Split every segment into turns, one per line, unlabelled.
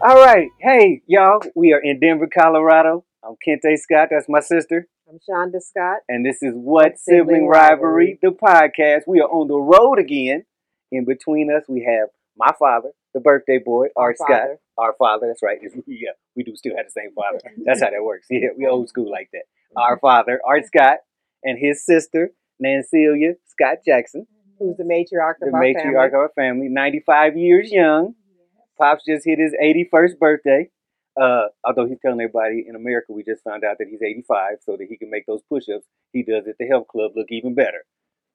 All right. Hey, y'all. We are in Denver, Colorado. I'm Kente Scott. That's my sister.
I'm Shonda Scott.
And this is What
Sibling
Sibling Rivalry, the podcast. We are on the road again. In between us, we have my father, the birthday boy,
our
Art Scott.
father.
Our father. That's right. It's- yeah, we do still have the same father. That's how that works. Yeah, we old school like that. Our
Mm-hmm.
father, Art Scott, and his sister, Nancilia Scott Jackson,
Who's the matriarch
the
of our family.
matriarch of our family, 95 years young. Pops just hit his 81st birthday. Uh, although he's telling everybody in America, we just found out that he's 85, so that he can make those push-ups he does at the health club look even better.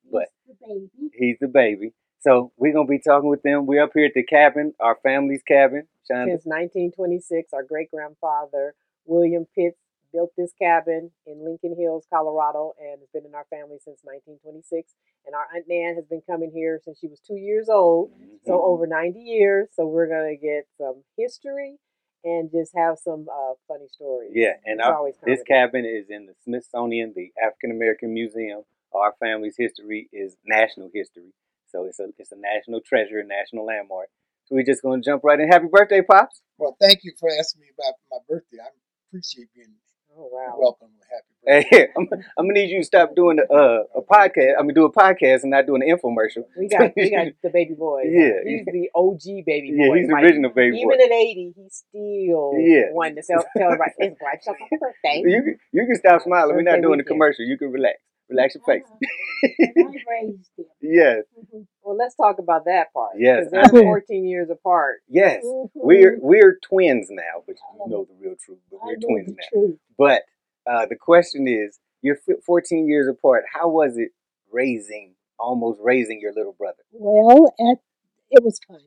But-
He's the baby.
He's the baby. So we're gonna be talking with them. We're up here at the cabin, our family's cabin. Shonda,
Since 1926, our great grandfather, William Pitts, built this cabin in Lincoln Hills, Colorado, and has been in our family since 1926. And our Aunt Nan has been coming here since she was two years old,
Mm-hmm.
so over 90 years. So we're going to get some history and just have some uh, funny stories.
yeah, and
It's
our,
always
this
comedy.
cabin is in the Smithsonian, the African American Museum. Our family's history is national history, so it's a it's a national treasure, a national landmark. So we're just gonna jump right in. Happy birthday, pops!
Well, thank you for asking me about my birthday. I appreciate being
Oh, wow.
welcome and happy birthday.
Hey, I'm, I'm gonna need you to stop doing the, uh, a podcast. I'm gonna do a podcast and not doing an infomercial.
we got we got the baby boy.
Yeah.
He's the OG baby
Yeah,
boy.
he's the
like,
original baby boy.
Even at 80, he still
Yeah.
wanted to tell, tell everybody his wife's on her birthday.
You can, you can stop smiling. We're not
Birthday
doing the
weekend.
commercial. You can relax, relax your face.
And I raised him.
Yes,
Mhm.
Well, let's talk about that part.
Yes.
'cause They're 14 years apart.
yes. We're we're twins now, but you know the real truth. But
Mm-hmm. I
we're
know
twins
the
now.
truth.
But uh, the question is, you're fi- 14 years apart. How was it raising, almost raising your little brother?
Well, at, it was fun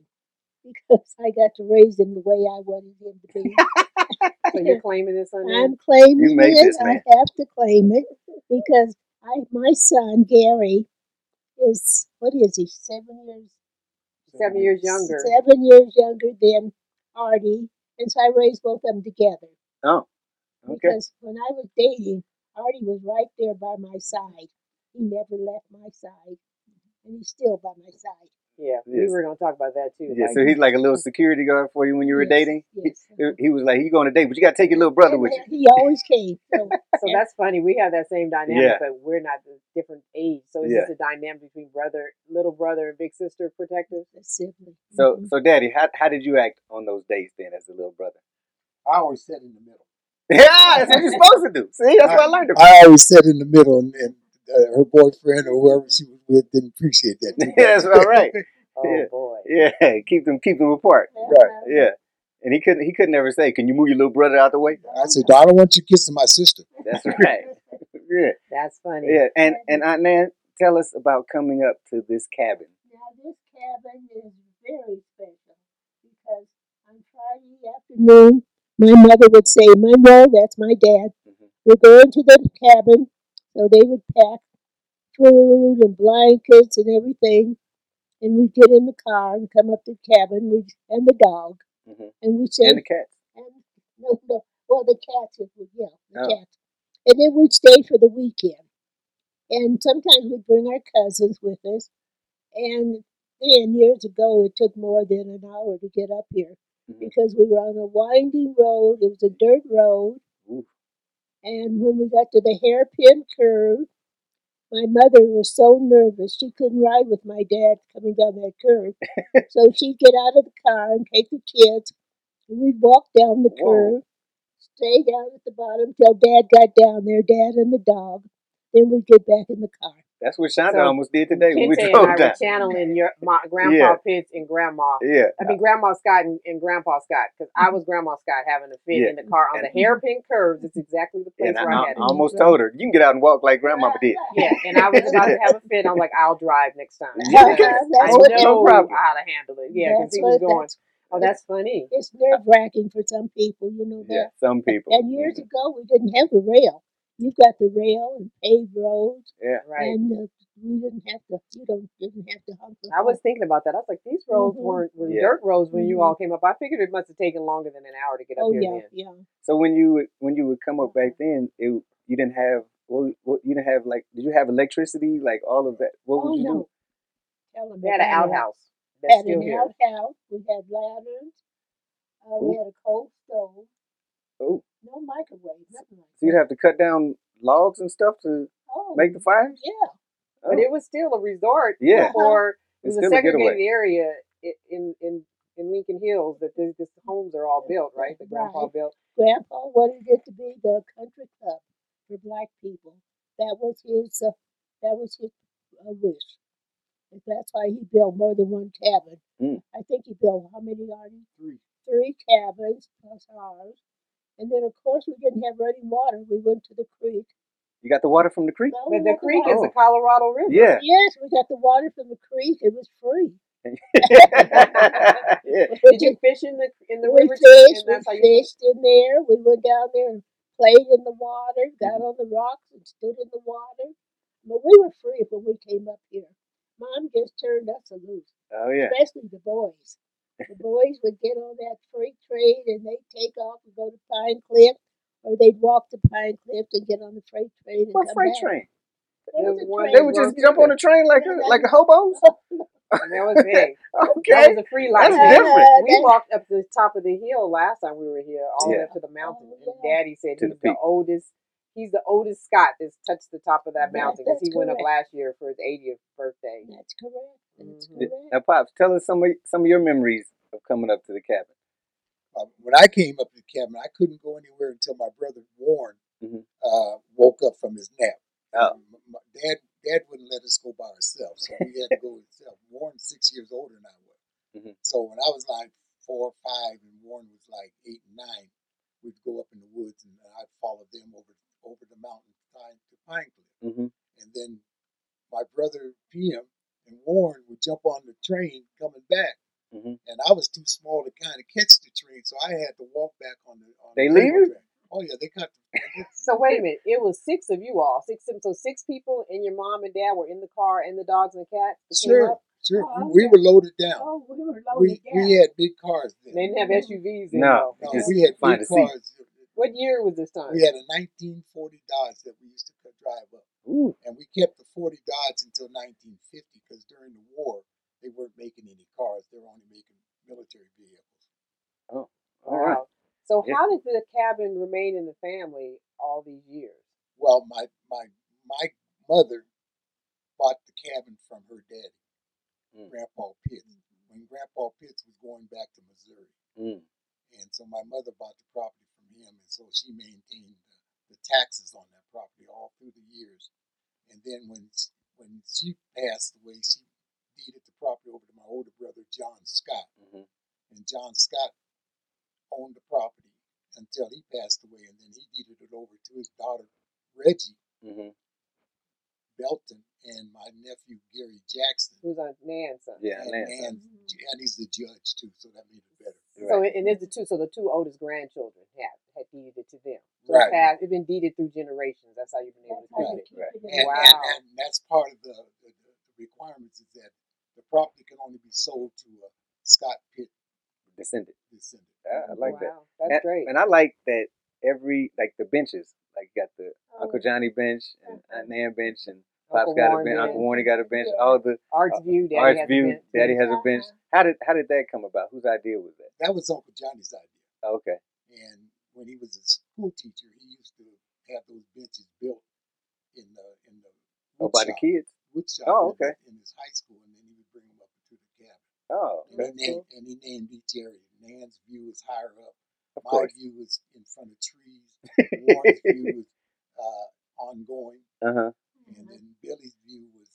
because I got to raise him the way I wanted him to be.
So you're claiming this on
I'm
him?
claiming
You make
it.
this,
I
man.
have to claim it because I, my son Gary, is what is he? Seven years
Seven years younger.
Seven years younger than Artie, and so I raised both of them together.
Oh, okay.
Because when I was dating, Artie was right there by my side. He never left my side, and he's still by my side.
Yeah.
Yes.
We were going to talk about that too.
Yeah,
like,
so he's like a little security guard for you when you were
Yes,
dating. He-
Yes.
He, was like, "You going to date, but you got to take your little brother
And
with you."
He always came. So,
so that's funny. We have that same dynamic,
Yeah.
but we're not the different age. So it's
Yeah.
just a dynamic between brother, little brother, and big sister protective.
the sibling.
So,
Mm-hmm.
Mhm.
so Daddy, how, how did you act on those days then as a little brother?
I always sat in the middle.
Yeah, that's what you're supposed to do. See, that's what I learned about.
I always sat in the middle, and, and uh, her boyfriend or whoever she was with didn't appreciate that. Too
Yeah, that's all right.
Oh,
Yeah.
boy.
Yeah, keep them, keep them apart.
Uh-huh.
Yeah, and he couldn't, he couldn't ever say, "Can you move your little brother out the way?"
I said, I don't want you kissing my sister.
That's right. Yeah,
That's funny.
yeah, and and Aunt Nan, tell us about coming up to this cabin.
Now this cabin is very special because on Friday afternoon, my mother would say, "Monroe, that's my dad.
Mhm.
We're going to the cabin." So they would pack food and blankets and everything, and we get in the car and come up to the cabin. We and the dog,
Mhm.
and we said,
And the cat.
and- no, no, well, the cat is yeah, the
Oh.
cat, and then we'd stay for the weekend, and sometimes we'd bring our cousins with us, and then years ago it took more than an hour to get up here
Mhm.
Mm-hmm.
because we were on a winding road. It was a dirt road,
Oof.
and when we got to the hairpin curve, my mother was so nervous she couldn't ride with my dad coming down that curve. so she'd get out of the car and take the kids, and we'd walk down the
Whoa.
curve, stay down at the bottom till dad got down there, dad and the dog. Then we'd get back in the car.
That's what Shonda
So,
almost did today when we
Kente and I
drove down.
were channeling your my, Grandpa Pitts and Grandma.
Yeah,
I mean, Grandma Scott and, and Grandpa Scott, because I was Grandma Scott having a fit
Yeah,
in the car on
and-
the hairpin curves. It's exactly the place
and I,
where I,
I
had it.
almost told her, "You can get out and walk like Grandmama did."
Yeah, and I was about to have a fit. I'm like, I'll drive next time.
Yeah,
Because I
that's
know
what- no problem.
how to handle it. Yeah, because
That's
he was
what-
going,
that's-
oh, that's funny.
It's nerve wracking for some people, you know that.
Yeah, some people. mm-hmm.
And years ago, we didn't have the rail. You've got the rail and paved roads,
Yeah.
Right.
and uh, we didn't have to. You don't didn't have to hump. the
I was thinking about that. I was like, these roads
Mhm.
weren't were
Yeah.
dirt roads when you
Mhm.
all came up. I figured it must have taken longer than an hour to get up
Oh
here.
yeah,
then.
yeah.
So when you would- when you would come up back
Mm-hmm.
then, it you didn't have what, what you didn't have like did you have electricity like all of that? What
Oh
would you
no. Tell 'em
They had an
about it.
outhouse that's
Had
still
an
here.
outhouse. We had lanterns. Uh, we had a cold stove,
Oh,
no microwave, nothing like
so you'd have to cut down logs and stuff to
Oh,
make the fire?
yeah.
But it was still a resort
Yeah.
for it
It's
was a
still a getaway.
segregated area i- in in in Lincoln Hills that these these homes are all built, right? That grandpa
Right.
built.
Grandpa wanted it to be the country club for black people. That was his. Uh, that was his uh, wish. And that's why he built more than one cabin.
Mm.
I think he built how many Artie?
Three.
Three cabins plus ours. And then of course we didn't have running water. We went to the creek.
You got the water from the creek?
No, we
But the
got
creek is
water.
the Colorado River.
Yeah.
Oh, Yes, we got the water from the creek. It was free.
yeah.
Did you fish in the in the
we
river? too? and
fished, we
that's how you
fished in there. We went down there and played in the water, got on the rocks and stood in the water. But we were free when we came up here. Mom just turned us loose,
Oh yeah.
especially the boys. The boys would get on that freight train and they'd take off and go to Pine Cliff, or they'd walk to Pine Cliff and get on the freight train and
What
come
freight
back.
train?
There was
The
a
one-
train.
They would just jump on the train like a, like a hobos.
and that was big. That
Okay.
was a free life.
That's
Oh, Yeah,
there.
different.
that-
We walked up the top of the hill last time we were here, all the way
Yeah.
up to the mountain.
Oh,
and
yeah.
Daddy said
To the
he's the
peak.
oldest. He's the oldest Scot that's touched the top of that
That-
mountain because he
that's
went up
correct.
last year for his 80th birthday.
That's correct. That's
Mhm.
correct.
Now Pops, tell us some of some of your memories of coming up to the cabin.
Uh, when I came up to the cabin, I couldn't go anywhere until my brother Warren
Mhm.
uh, woke up from his nap.
Oh.
And m- my dad, dad wouldn't let us go by ourselves, so we had to go himself. Warren's six years older than I was.
Mhm.
So when I was like four or five and Warren was like eight and nine, we'd go up in the woods and I'd follow them over over the mountain pine to Pine Cliff.
Mm-hmm.
And then my brother PM and Warren would jump on the train coming back
Mhm.
and I was too small to kind of catch the train, so I had to walk back on the. On
They
the
leave
railroad
you?
track. Oh yeah, they cut. The,
So wait a minute. It was six of you all. Six so six people and your mom and dad were in the car and the dogs and the cat that came
sure,
up.
sure.
Oh,
we, we
okay.
were loaded down.
Oh, we were
we
loaded down.
we had big cars
They
then.
didn't have SUVs in
No,
though.
No,
just
we had
find a
big
seat.
cars.
What year was this time?
We had a 1940 Dodge that we used to co- drive up,
Ooh.
and we kept the 40 Dodge until 1950 because during the war they weren't making any cars; they were only making military vehicles.
All right.
So
Yeah.
how did the cabin remain in the family all these years?
Well, my my my mother bought the cabin from her daddy,
Mm.
Grandpa Pitts, when Grandpa Pitts was going back to Missouri,
Mm.
and so my mother bought the property from him, and so she maintained the, the taxes on that property all through the years, and then when s- when she passed away, she deeded the property over to my older brother John Scott,
hmm
and John Scott owned the property until he passed away, and then he deeded it over to his daughter Reggie.
hmm
Belton and my nephew Gary Jackson.
Who's on Nansen?
Yeah,
and,
Nancy.
Mm-hmm.
and and he's the judge too, so that made it better.
So
Right.
it, and it's the two. So the two oldest grandchildren have had deeded it to them. So
Right.
it's, passed, it's been deeded through generations. That's how you've been able
That's
to
how
keep
you
Right,
it.
keep
right.
it
And,
in.
Wow.
and and that's part of the, the, the requirements is that the property can only be sold to a Scott Pitt
Descended.
descendant.
Ah, I like that.
wow, that's
and,
great.
and I like that every like the benches, like you got the Uncle
Oh,
Johnny bench and Aunt Nan bench and Pop's
Uncle
got a
Warren
bench,
did.
Uncle Warren got a bench.
Yeah.
All the
Arts View, Daddy
Arts
has
View,
been.
Daddy has a bench.
Uh-huh.
How did how did that come about? Whose idea was that?
That was Uncle Johnny's idea.
Oh, okay.
And when he was a school teacher, he used to have those benches built in the in the
Oh,
wood
by the
shop,
kids.
wood shop
Oh,
in-
okay.
in, his high school, and then he would bring them up to the cabin.
Oh,
And
okay.
he named and he named each area. Nan's view is higher up.
Of
My
course.
view is in front of trees. Warren's view is uh, ongoing,
Uh huh.
and then Billy's view was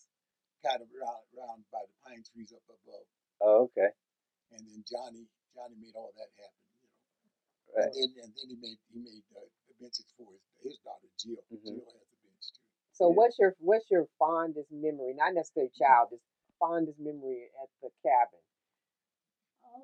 kind of round, round by the pine trees up above.
Oh, okay.
And then Johnny, Johnny made all that happen. You know.
Right.
And then and then he made he made uh, the benches for his, his daughter Jill.
Mhm.
Jill has a bench too.
Yeah.
So
Mm-hmm.
what's your what's your fondest memory? Not necessarily child, just fondest memory at the cabin.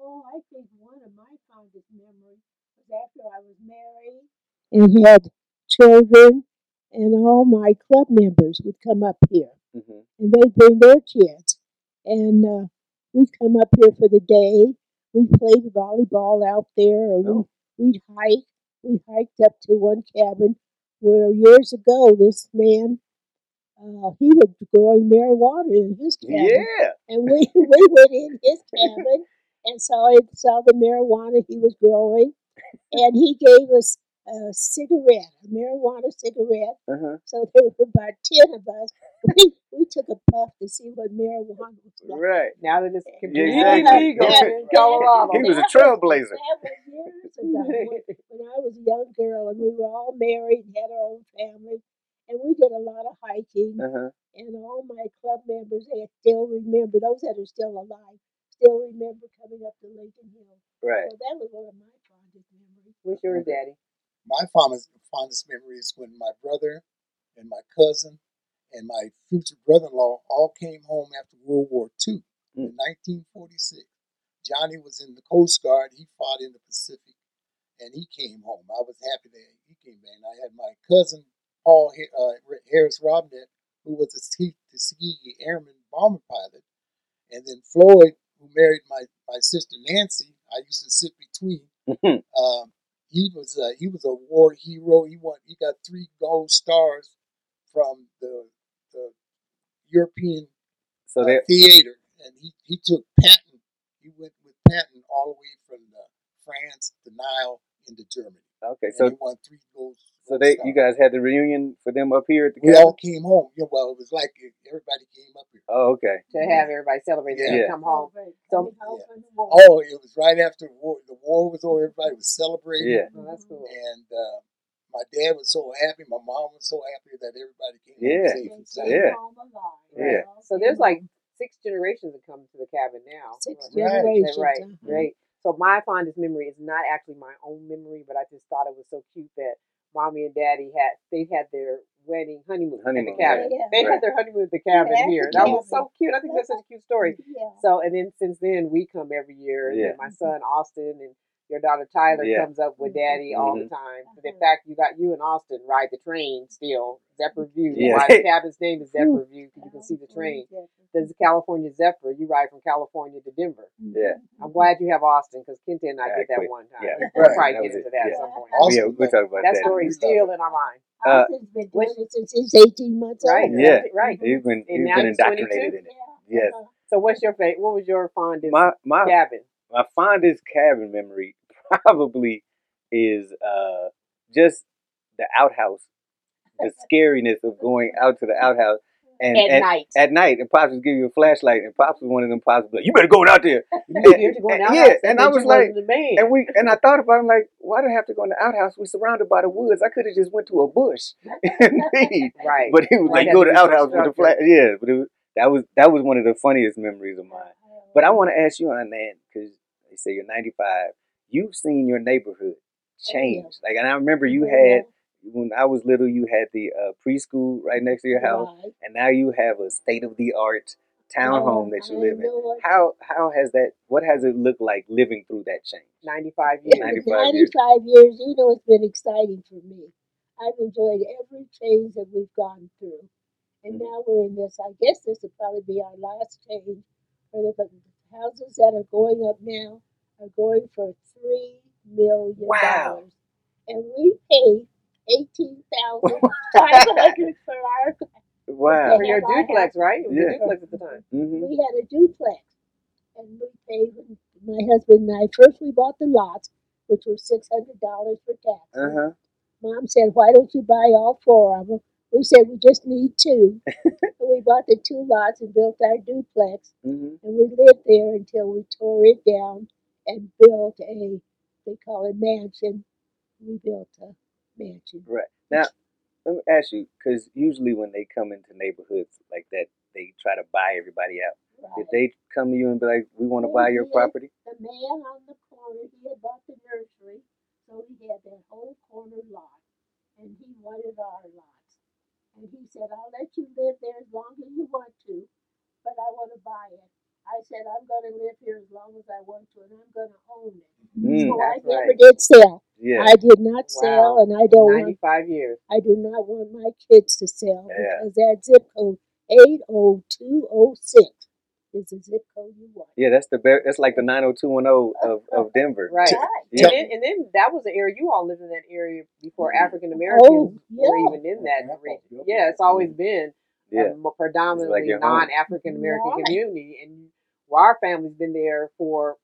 Oh, I think one of my fondest memories was after I was married and had children, and all my club members would come up here
Mhm.
and they'd bring their kids. And uh, we'd come up here for the day. We'd play volleyball out there, or we,
Oh.
we'd hike. We hiked up to one cabin where years ago this man, uh, he was growing marijuana in his cabin.
Yeah.
and we we went in his cabin and saw it, saw the marijuana he was growing, and he gave us a cigarette, a marijuana cigarette.
Uh-huh.
So there were about ten of us. We, we took a puff to see what marijuana was like.
Right.
Now that it's
Yeah,
completely
exactly.
legal
Yeah.
in Colorado.
He was a
That was-
trailblazer.
That was years ago when, when I was a young girl, and we were all married, and had our own family, and we did a lot of hiking.
Uh-huh.
And all my club members, they still remember those that are still alive, still remember coming up to Lincoln Hill.
Right.
So that was one of my fondest memories.
What's yours, Daddy?
my fondest fondest memory is when my brother and my cousin and my future brother-in-law all came home after World War II in 1946. Johnny was in the Coast Guard. He fought in the Pacific, and he came home. I was happy that he came back. And I had my cousin Paul Ha- uh, Harris Robnett, who was a Tus- Tuskegee Airman bomber pilot, and then Floyd, who married my, my sister Nancy. I used to sit between um, he was a, he was a war hero. He won. He got three gold stars from the, the European
so
uh,
they
theater, and he, he took Patton. He went with Patton all the way from uh France to Nile into Germany,
okay.
and
So
he won three gold.
so
gold
they
stars.
you guys had the reunion for them up here at the
we
cabin?
all came home. Yeah, well, it was like everybody came up here.
Oh, okay.
To have everybody celebrate and
Yeah.
come home.
Celebrate
So-
coming home
Yeah.
from the war.
Oh, it was right after war, the war was over. Everybody was celebrating.
Yeah.
Oh, that's cool.
and uh, my dad was so happy, my mom was so happy that everybody came
Yeah.
home safe and sound.
They came
Yeah.
home alive.
Yeah.
All
So there's like
came
six generations that come to the cabin now.
Six
Right.
generations,
Right,
uh-huh.
right. So my fondest memory is not actually my own memory, but I just thought it was so cute that mommy and daddy had they had their wedding honeymoon, at
Honeymoon,
the cabin.
yeah.
They
Right.
had their honeymoon at the cabin
Yeah, at the
here. That was
cabin.
so cute. I think that's such a cute story.
Yeah.
So and then since then we come every year, and
Yeah.
then my son Austin and your daughter Tyler
Yeah. Mm-hmm.
comes up with
Mhm.
Daddy all the time. But in fact, you got you and Austin ride the train still, Zephyr View.
Yeah.
Why the cabin's name is Zephyr View? 'cause you can see
Mm-hmm.
the train. There's the California Zephyr. You ride from California to Denver.
Mm-hmm.
Yeah.
I'm glad you have Austin because Kenta and I
Yeah,
did
I
that
quit.
one time.
Yeah.
We'll probably
Right,
that
get
was
into
it.
that
yeah.
at some point.
Austin
Yeah, we'll
left.
talk about
That
that.
story
we
is still
love
in our mind,
Uh,
Austin's been doing
which-
it since he's 18 months
right?
old.
Yeah.
That's it, right.
He's been
And
he's
now
been
he's 22.
indoctrinated in it. Yes.
Uh-huh.
So what's your favorite? What was your fondest
My my
cabin?
my fondest cabin memory probably is uh, just the outhouse, the scariness of going out to the outhouse and
At
and-
night.
At night, and pops would give you a flashlight, and pops was one of them pops would be like, "You better go out there."
You
And-
scared to go in the
and-
outhouse?
yeah, and I
bet you
was like-
wasn't a man.
And we and I thought about it, I'm like, why do I have to go in the outhouse? We're surrounded by the woods. I could have just went to a bush and leave.
right.
But he was like,
Right, had
go
to
to
be
the
so
outhouse with the flash.
structured.
Yeah, but it was, that was that was one of the funniest memories of mine.
Uh-huh.
But I want to ask you, Anand, because they say you're 95. You've seen your neighborhood
Oh,
change. Like, and I remember you
Mm-hmm,
had when I was little, you had the uh, preschool right next to your house,
Right.
and now you have a state of the art townhome that you
Oh, I
live in.
know it.
How how has that? What has it looked like living through that change?
95
It
years.
95
was 95
years.
years. You know, it's been exciting for me. I've enjoyed every change that we've gone through. And
Mhm.
now we're in this, I guess this will probably be our last change. For the the houses that are going up now are going for $3 million.
Wow.
And we pay 18500 for our,
Wow.
For your
Have I
duplex, right? It was
Yeah.
a duplex at the time.
hmm
we had a duplex. and we paid when my husband and I first we bought the lots, which were six hundred dollars for taxes.
Uh huh.
Mom said, "Why don't you buy all four of them?" We said, "We just need two. so we bought the two lots and built our duplex,
hmm
and we lived there until we tore it down and built a they call it mansion. We built a mansion.
Right. Now, let me ask you, because usually when they come into neighborhoods like that, they try to buy everybody out. Did
Right. Mm-hmm.
they come to you and be like, we want to
They
buy your
did.
property?
The man on the corner, he had bought the nursery, so he had that whole corner lot, and he wanted our lot. And he said, I'll let you live there as long as you want to, but I want to buy it. I said, I'm going to live here as long as I want to, and I'm going to own it.
Mm.
So I
That's
never
right.
did sell.
Yeah.
I did not sell,
Wow.
and I don't want,
95 years.
I do not want my kids to sell
Yeah.
because that zip code, 80206, is the zip code you want.
Yeah, that's the bear, that's like the 90210 of, of Denver.
Oh, Right.
Yeah.
And, then, and then that was the area you all lived in that area before
Mhm.
African Americans
Oh, yeah.
were even in that
Yeah.
region. Yeah, it's always been
Yeah.
a mo- predominantly
your home.
non African American
Right.
community. And well, our family's been there for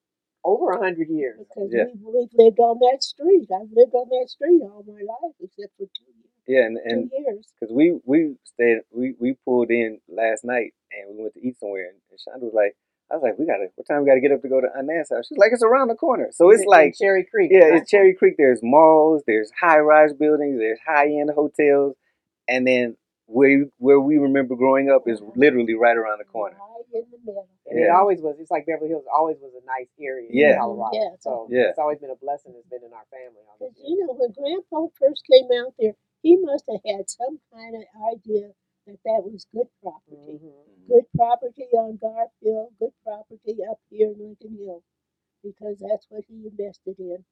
over a hundred years.
Because
Yeah.
we, we've lived on that street. I've lived on that street all my life, except for two,
Yeah, and, and
two years.
because we we stayed we we pulled in last night and we went to eat somewhere and, and Shonda was like I was like we gotta what time we gotta get up to go to Aunt Nan's house she's like it's around the corner so
In-
it's
in
like
Cherry Creek.
yeah
right?
it's Cherry Creek there's malls there's high rise buildings there's high end hotels and then where where we remember growing up is literally right around the corner
Right in the middle.
and it
yeah.
always was. It's like Beverly Hills always was a nice area in
Yeah.
Colorado.
Yeah.
So
Yeah.
it's always been a blessing. It's been in our family.
Because
obviously.
you know, when Grandpa first came out there, he must have had some kind of idea that that was good property.
Mhm.
Good property on Garfield, good property up here in Lincoln Hill, because that's what he invested in,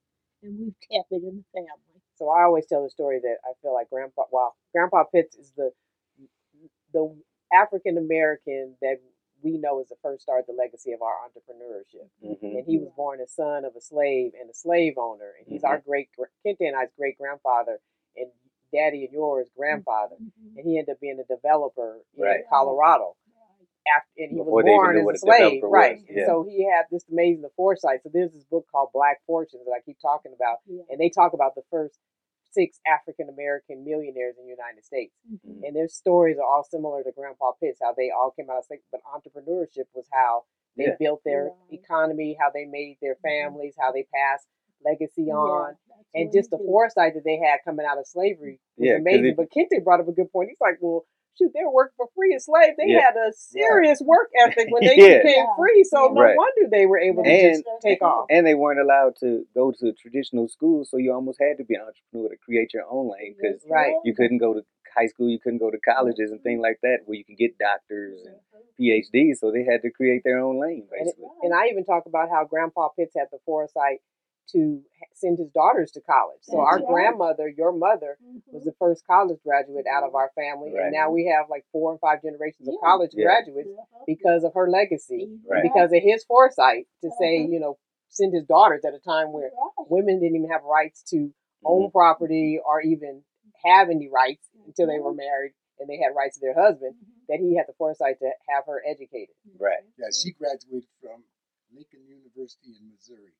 and we've kept it in the family.
So I always tell the story that I feel like Grandpa. Well, Grandpa Pitts is the the African American that we know is the first start the legacy of our entrepreneurship.
hmm
and he was
Right.
born a son of a slave and a slave owner, and he's our
Mm-hmm.
great Kent and I's great grandfather, and Daddy and yours grandfather, and he ended up being a developer
Mm-hmm.
in
Right.
Colorado. After, and he
Before
was
they even
born
knew
as
what
a
a
slave,
developer was,
right? And
yeah.
so he had this amazing foresight. So there's this book called Black Fortunes that I keep talking about,
Yeah.
and they talk about the first six African American millionaires in the United States
Mm-hmm.
Mhm.
and their stories are all similar to Grandpa Pitts, how they all came out of slavery. But entrepreneurship was how they
Yeah. Mm-hmm.
built their
Yeah.
economy, how they made their families, how they passed legacy on,
Yeah, that's
and
what
just
he
the
did.
foresight that they had coming out of slavery was
Yeah, 'cause
amazing.
it-
But Kente brought up a good point. He's like, well, shoot, they were working for free as slaves. They
Yeah.
had a serious work ethic when they
Yeah.
became
Yeah.
free, so
Yeah.
no
Right.
wonder they were able to
And-
just take off.
and they weren't allowed to go to traditional schools so you almost had to be an entrepreneur to create your own lane because
That's
Right.
you couldn't go to high school, you couldn't go to colleges
Mm-hmm.
and things like that where you can get doctors and PhDs. So they had to create their own lane,
And it-
basically.
and I even talk about how Grandpa Pitts had the foresight to h- send his daughters to college. So
That's
our
right.
grandmother, your mother,
Mm-hmm.
was the first college graduate out of our family,
Right.
and now we have like four and five generations of
Yeah.
college
Yeah.
graduates
Uh-huh.
because of her legacy,
Mm-hmm.
Right.
because of his foresight to say,
Uh-huh.
you know, send his daughters at a time where
Right.
women didn't even have rights to
Mhm.
own property or even have any rights until they were married and they had rights to their
Mm-hmm.
husband. That he had the foresight to have her educated,
Right.
Yeah, she graduated from Lincoln University in Missouri.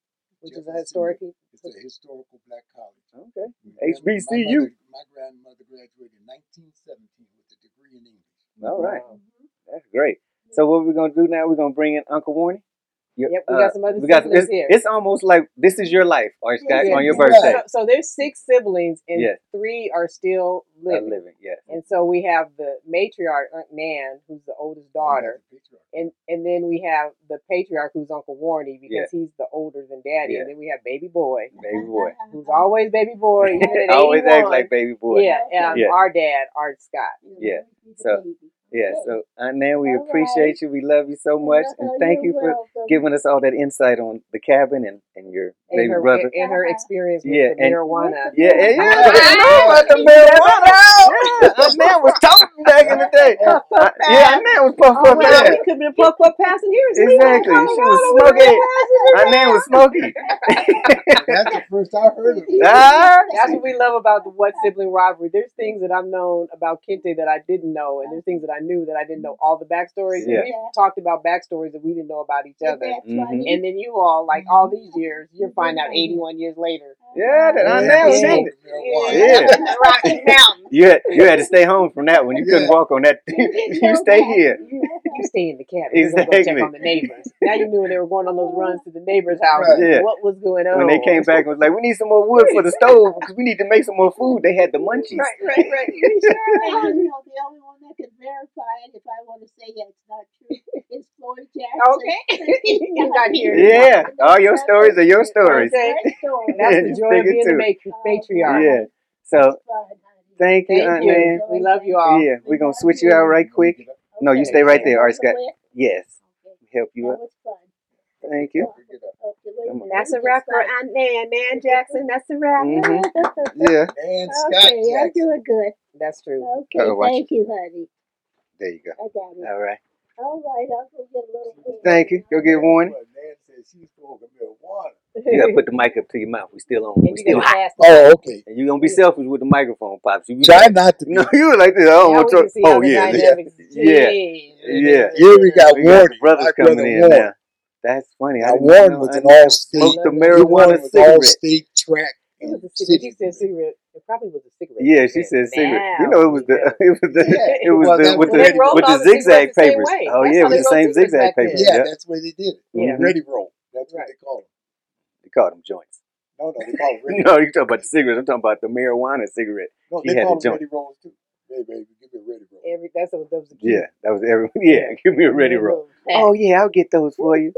which is a
Jefferson.
historic
It's a historical black college.
Okay.
My
HBCU.
grandma- My, mother, my grandmother graduated in 1917 with a degree in English.
All right.
Wow.
Mm-hmm.
That's great. So what we're gonna do now? We're gonna bring in Uncle Warney. Your- uh,
Yep, we got some other siblings
it's,
here.
It's almost like this is your life, or it's got
Yeah.
on your
Yeah.
birthday.
So, so there's six siblings, and
Yeah.
three are still
Uh,
living.
living, yeah.
And so we have the matriarch, Aunt Nan, who's the
Mm-hmm.
oldest daughter,
Another patriarch.
and and then we have the patriarch, who's Uncle Warney, because he's the older than Daddy.
Yeah.
And then we have Baby Boy,
Baby boy.
who's always Baby Boy, even at 81.
Always acts like baby boy.
Yeah, um,
Yeah.
our dad, Art Scott.
Yeah. So- Yeah, so Aunt Nan, we
All right.
appreciate you. We love you so much, and thank you for giving us all that insight on the cabin and, and your
And
baby
her
brother.
and her experience with
Yeah,
the
and-
marijuana.
Yeah, yeah, yeah.
Wow.
I know about the marijuana. Yeah, Aunt Nan was talking back in the day.
Puff,
I-
puff,
Yeah, Aunt
pass.
Nan was puff
Oh,
puff
well, now we
that.
could have been puff, puff, passing here. in Cleveland,
Exactly, she was
Colorado. We would've been
smoking.
passing it
Aunt Nan was smoking.
That's the first I heard of it.
ah,
That's what we love about the what sibling rivalry. There's things that I've known about Kente that I didn't know, and there's things that I knew that I didn't know all the backstories.
Yeah.
And we've talked about backstories that we didn't know about each
And
other.
that's why
Mhm.
you-
And then you all, like all these years, you'll find out 81 years later.
yeah, that Aunt Nan was
Yeah.
hitting it.
Marijuana.
Yeah.
up in the Rocky Mountain.
You had, you had to stay home from that one. You couldn't
Yeah.
walk on that. you stay here.
You, you stay in the cabin. We're gonna go check
Exactly.
on the neighbors. Now you knew when they were going on those runs to the neighbors' house.
Yeah.
Right.
What was going on?
when they came back and was like, "We need some more wood for the stove because we need to make some more food." They had the munchies.
Right, right, right. You
Well,
sure?
you know, the only one that can verify it, if I want to say it's not true, is Floyd Jackson.
Okay. He's not here anymore.
Yeah, all your stories are your stories.
Okay.
That's story.
That's
You
the joy of
figure
being the
too.
matri- matriarch.
Yeah. So thank you,
Thank
Aunt
you.
Nan.
We love you all.
Yeah, we're gonna switch you out right quick. No, you
Okay.
stay right there. All right,
That
Scott. Yes, help you up.
was fun.
Thank you.
Okay, wait
Come
a
on.
minute.
That's
Let
a
me
wrap
just
for
stop.
Aunt Nan. Nan Jackson, that's a wrap.
Mhm. Yeah.
And Scott
Okay, I'm
Jackson.
doing good.
That's true.
Okay,
Oh, watch
thank you, honey.
There you go.
I got it.
All right.
All right, I'll go get a little. food.
Thank you. Go get one.
But Nan said she smoking marijuana.
You gotta put the mic up to your mouth. We still on. We
and you
still
got
hot.
fast.
Oh, okay.
And you gonna be selfish with the microphone, pops. You be
Try
like,
not to be.
no, you were like this. I don't
Now
want
we
to.
can see how
Oh
the
yeah,
dynamics
yeah.
change.
Yeah.
Here we got
We got
warning.
brothers
My
coming
brother
in
warning.
now. That's funny.
Now,
didn't even
Warren
know
was an
Onion Town
all-state-
Smoked the
I love that.
marijuana
was
cigarette.
all state track
It was
and
a cigarette.
city.
He said cigarette. It probably was a cigarette.
Yeah, she
But
said cigarette. You
now
know, it was
we
the
know.
it was the
Yeah,
it was
well,
the
that
with the
was They rolled
with
all
the
the cigarettes
zigzag
the same
papers.
way.
Oh yeah, it
That's how
was the
they rolled
same
cigarettes
zigzag
back
papers.
then.
Yeah,
Yeah, that's what they did it.
Yeah.
Mhm.
Ready roll. That's
Right.
what they call it.
they called them joints.
No, no, they call it ready
No, you talking about the cigarettes? I'm talking about the marijuana cigarette.
No,
He
they
had a
call them
joint.
ready rolls too. Hey, baby, give me a ready roll.
Every that's what that was the key.
Yeah, that was every. Yeah,
Yeah.
give me a ready roll. Oh yeah, I'll get those for you.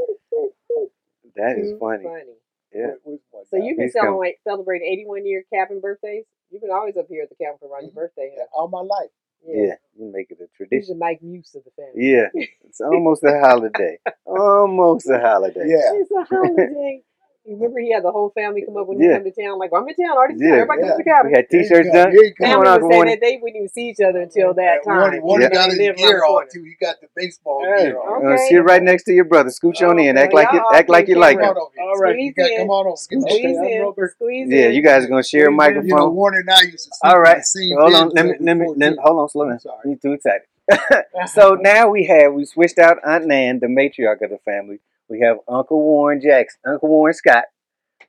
That is
Too
funny.
funny.
Yeah.
What- what's one
So
guy?
you've been
He's coming.
celebrating celebrating 81 year cabin birthdays. You've been always up here at the cabin for around your
Mhm.
birthday.
Yeah,
Huh?
all my life.
Mm-hmm. Yeah, you make it a
He's
tradition.
the Mike Muse of the family.
Yeah, it's almost a holiday. Almost a holiday.
Yeah.
It's a holiday. You remember he had the whole family come up when
Yeah.
he come to town. Like well, I'm in town, already
Yeah.
town. Everybody come to the
We
cabin.
had
Here you
T-shirts
come,
done.
Here you come.
Come on,
Family
Uncle
was saying
Warnie.
that they wouldn't even see each other until that
Uh, Warner,
time.
Warner
even though
got
they
his
lived around the
gear on
corner.
too. He got the baseball
Hey,
gear on.
Uh,
okay.
sit right next to your brother. Scooch on
Oh,
in.
well,
Act like
y'all
it.
all
Act like
through
you
the
like
Come
him.
camera.
on over here.
All right,
You
Squeeze
got
in.
come on over. Get
Okay,
you.
Squeeze
I'm
in.
Robert.
Squeeze
Yeah,
in.
you guys are gonna share a
Squeeze in.
You know,
microphone.
Warner and I used to sleep
All
in the
right.
same
Hold
bed
on. Let me.
until I was
Let me. Let me.
fourteen.
Hold on. Slow
I'm
down.
sorry.
You too excited.
Uh-huh.
so now we have we switched out Aunt Nan, the matriarch of the family. We have Uncle Warren Jackson, Uncle Warren Scott,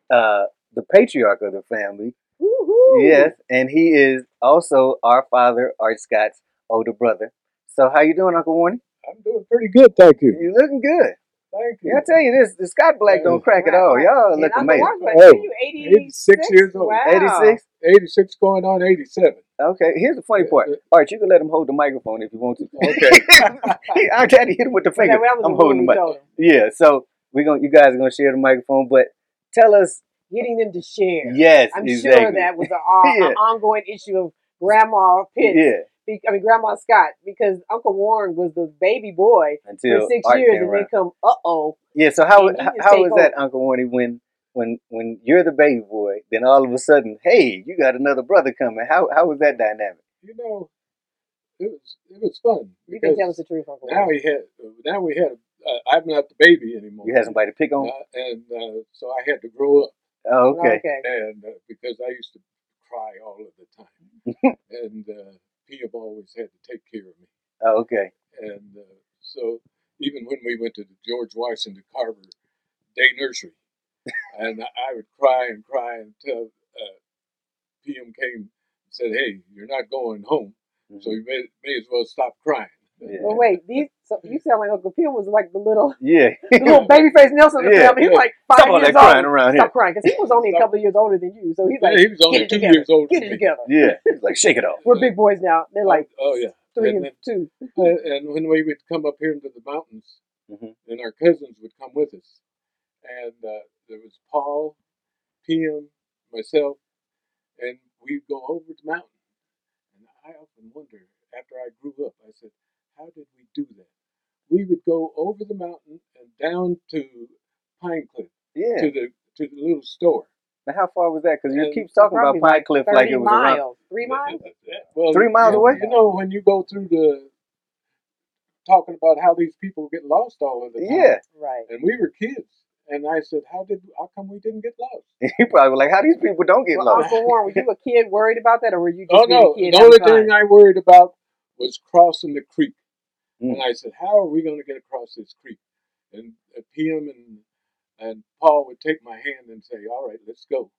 uh, the patriarch of the family.
Woo-hoo.
Yes, and he is also our father, Art Scott's older brother. So how you doing, Uncle Warren?
I'm doing pretty good, thank you.
You looking good.
Thank
Yeah, I
you.
tell you this, the Scott Black don't crack
Right,
at all.
right.
Y'all
And
look
Uncle
amazing.
Warren's like,
Oh,
are you
86 years old.
Wow.
86.
86 going on 87.
Okay, here's the funny part. All right, you can let him hold the microphone if you want to.
Okay.
He- I tried to hit him with the
Well,
finger.
that, that
I'm
was the rule
holding
we
the mic.
told him.
Yeah, so we're gonna you guys are gonna share the microphone, but tell us
Getting them to share.
yes,
I'm sure
exactly.
that was an all-
Yeah.
an ongoing issue of Grandma Pitts.
Yeah.
be- I mean, Grandma Scott, because Uncle Warren was the baby boy for
Until
six
Art
years,
came
and
around.
then come, uh oh,
Yeah. So how
and you
h-
just
how
take
is that,
over.
Uncle Warnie, when when when you're the baby boy, then all of a sudden, hey, you got another brother coming. How how was that dynamic?
You know, it was it was fun
You can tell us
because
the truth, Uncle
now
Warren.
he had now we had uh, I'm not the baby anymore.
You had somebody to pick on.
Uh, and uh, so I had to grow up
Oh, okay.
Okay.
and uh, because I used to cry all of the time and uh, Peter always had to take care of me.
Oh, okay.
And uh, so even when we went to the George Washington Carver Day Nursery, and I would cry and cry until uh, PM came and said, "Hey, you're not going home,
Mm-hmm.
so
Mhm.
you may, may as well stop crying."
Yeah.
But wait, these so you sound like Uncle Pim was like the little
Yeah.
the little baby face Nelson in the
Yeah,
family. He was
yeah.
like five
Stop all
years
that crying
old.
around here.
Stop crying because he was only a
Stop.
couple of years older than you, so he's
Yeah,
like,
he was
get
only
it
two
together,
years older
get it
than me.
together.
Yeah. He's like, shake it off.
We're big boys now. They're
Oh,
like
oh yeah,
three
and
and
then
two.
and and when we would come up here into the mountains,
hmm
and our cousins would come with us, and uh, there was Paul, PM, myself, and we'd go over the mountain. And I often wonder, after I grew up, I said, how did we do that? We would go over the mountain and down to Pine Cliff
Yeah.
to the to the little store.
Now, how far was that? Because you
And-
keep
So
talking about
probably
Pine
like
Cliff like it
thirty
was around
miles, three miles.
Well,
three miles
you,
away.
you know when you go through the talking about how these people get lost all of the time,
Yeah.
Right.
and we were kids, and I said, how did how come we didn't get lost?
You probably were like, how these people don't get
Well,
lost?
Uncle Warren, were you a kid worried about that, or were you just
Oh
being
no!
a kid
The
having
only
fun?
thing I worried about was crossing the creek.
Mm.
And I said, "How are we going to get across this creek?" And uh, PM and and Paul would take my hand and say, "All right, let's go."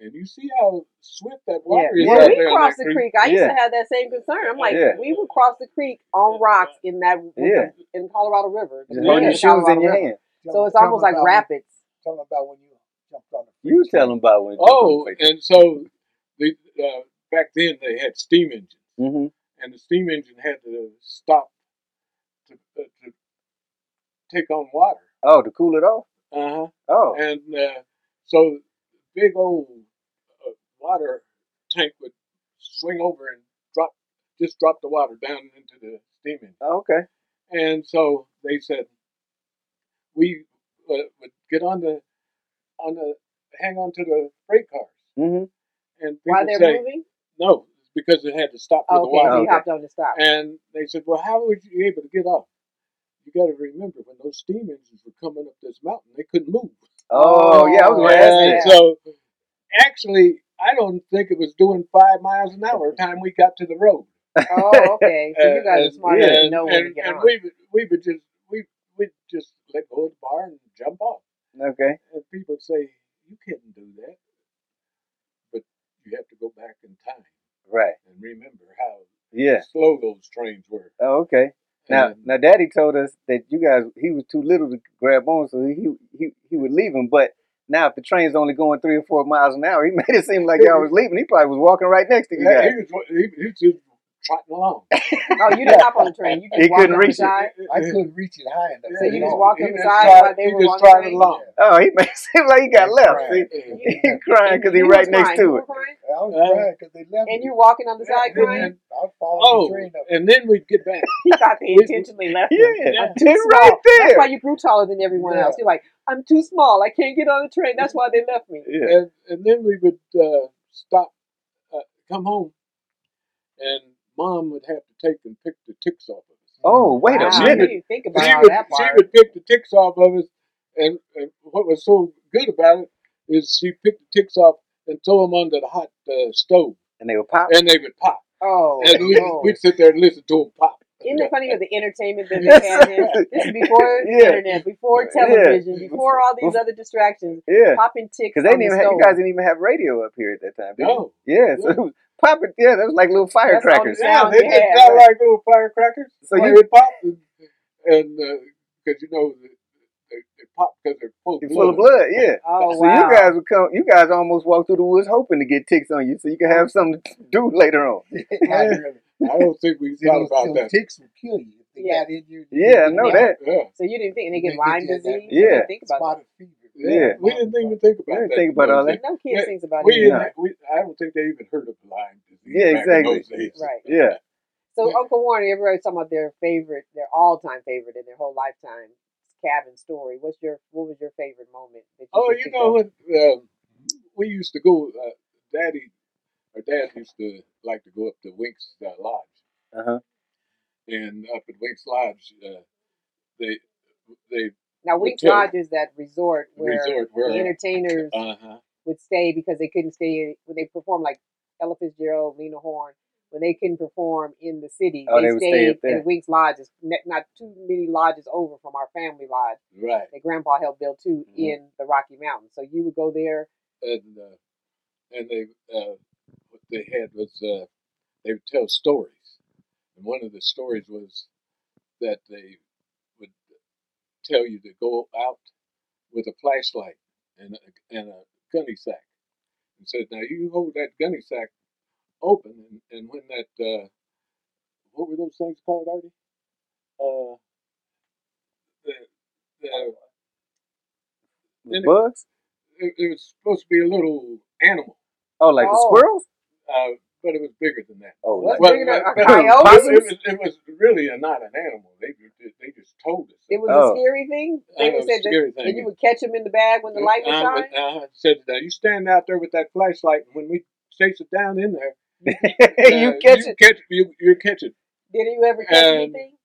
And you see how swift
Yeah.
that water is
When
Yeah.
out
we
there on
crossed
that
the
creek.
creek, I used to
Yeah.
have that same concern. I'm like,
Yeah.
we would cross the creek on rocks in that with
Yeah.
the, in Colorado River. The
Just
Yeah.
holding your
beginning of the
shoes in
Colorado
your
River.
hand.
So it's
Tell 'em
almost like
about when-
rapids.
Tell 'em about when you jumped on the fruit
You tell
tree.
them about when you jump on
Oh,
the face.
and so the uh, back then they had steam engines,
Mm.
hmm
and the steam engine had to stop to, uh, to take on water.
Oh, to cool it off.
Uh huh.
Oh.
And uh, so big old uh, water tank would swing over and drop, just drop the water down into the steam engine.
Oh, okay.
And so they said we uh, would get on the on the hang on to the freight cars,
hmm
and
While
people
they're
say
moving?
no because it had to stop
Oh,
for the
okay, so
water.
you
Okay.
hopped on the stop.
And they said, well, how would you be able to get off? You got to remember when those steam engines were coming up this mountain, they couldn't move.
Oh, yeah. I was
Oh,
going to ask
And
that.
yeah.
so, actually, I don't think it was doing five miles an hour the time we got to the road.
Oh, okay. So you guys are
And-
smart
Yeah.
enough to
and,
know when to
and,
get
and
on.
we would we would just we we would just let go of the bar and don't say you couldn't do that, but you have to go back in time
Right.
and remember how
Yeah.
slow those trains were.
Oh, okay. Now,
And
now, Daddy told us that you guys he was too little to grab on, so he he he would leave him. But now, if the train's only going three or four miles an hour, he made it seem like y'all was leaving. He probably was walking right next to you
yeah,
guys.
he was he, he was just trotting along.
Oh, you didn't hop on the train. You just
He
walked
couldn't
on the
reach it.
side.
I couldn't reach it high enough.
So
Yeah,
you
he
just
was-
walked
he
on the
just
side
trot-
while they
he
were
just
on the
trotted
train?
along.
Oh, he made it seem like he got
That's
left.
right.
See?
You-
he crying
and
because he
you
right
was
next
crying. You
to it.
were crying?
I was
Uh,
crying because they
And
left me.
you're walking on the
Yeah,
side
and
crying?
then-
I followed
oh,
the train up.
and then we'd get back.
He thought they
We- we-
intentionally left him.
Yeah,
Yeah.
I'm too
it's
small.
right
That's
there.
why you grew taller than everyone
Yeah.
else. You're like, I'm too small. I can't get on the train. That's why they left me.
yeah.
and and then we would uh, stop, uh, come home, and mom would have to take and pick the ticks off of us.
Oh, wait
wow,
a
She
you
minute.
didn't think about
she
all
would
that
she
part.
would pick the ticks off of us, and, and what was so good about it is she picked the ticks off and throw them under the hot uh, stove,
And they were pop.
and they would pop,
oh,
and we
Lord.
we'd sit there and listen to them pop.
Isn't it funny with the entertainment that
Yeah.
they had then? This is before
Yeah.
internet, before
Yeah.
television,
Yeah.
before all these other distractions.
Yeah.
Popping ticks
Because they
on
didn't even
the
have,
stove.
you guys didn't even have radio up here at that time. Did you?
No,
Yeah. So it was popping. Yeah, that was like little firecrackers.
That's sound
yeah, they
you
just
had,
sound
right.
like little firecrackers.
So
So
you-
you would pop, and because you know they, they, they pop because they're full of
It's full of
blood.
blood, yeah.
Oh
so
wow!
you guys would come. You guys almost walk through the woods hoping to get ticks on you, so you can have something to do later on.
Not really.
I don't think we
See,
thought
those,
about
those
that.
ticks will kill you if they
Yeah.
got in you. you
Yeah, I
get
know
out.
that.
Yeah,
so you didn't think, and they
They
get
get
Lyme
that- that-
disees. You
Yeah.
didn't think about that.
Spotted fever.
yeah.
Yeah.
We didn't even think
I
about
didn't
that.
think about all
those
that.
No kid
Yeah,
thinks about
We
it.
didn't.
No.
We, I don't think they even heard of Lyme disease
Yeah,
back
exactly.
in those days.
Right.
Yeah,
So
Yeah.
Uncle Warren, everybody's talking about their favorite, their all-time favorite in their whole lifetime cabin story. What's your what was your favorite moment that you
Oh,
can
you
think
know
of?
what? Um, we used to go. Uh, Daddy, our dad used to like to go up to Wink's uh, Lodge,
uh huh.
and up at Wink's Lodge, uh, they they
Now
would
Winks
tell
Lodge is that resort where
resort
the
where
entertainers
uh huh
would stay because they couldn't stay when they performed like Ella Fitzgerald, Lena Horne. When they couldn't perform in the city,
Oh,
they
they would stay up
stayed
there.
in Winks Lodge. Is ne- not too many lodges over from our family lodge
right
that Grandpa helped build too
Mm-hmm.
Mhm.
in the Rocky Mountains. So you would go there.
and uh, and they uh, what they had was uh, they would tell stories, and one of the stories was that they would tell you to go out with a flashlight and a, and a gunny sack, and said, "Now you hold that gunny sack open, and, and when that uh, what were those things called, Artie? Uh, the, the,
With
And-
bugs?
it, it was supposed to be a little animal,
Oh, like the
Oh.
squirrels?
uh, but it was bigger than that.
Oh, like
What's
Well,
bigger than a
but-
coyote?
It, it
possums?
was it was really a, not an animal. They ju- they- they just told us.
It was
Oh.
a scary thing. They
Uh,
would say that,
scary thing.
and you would catch them in the bag when the light would
Uh,
shine.
but, uh, said, now you stand out there with that flashlight, and when we chase it down in there,
you
uh,
catch
you
it?
catch you you catch it.
Did you ever catch
Um,
anything?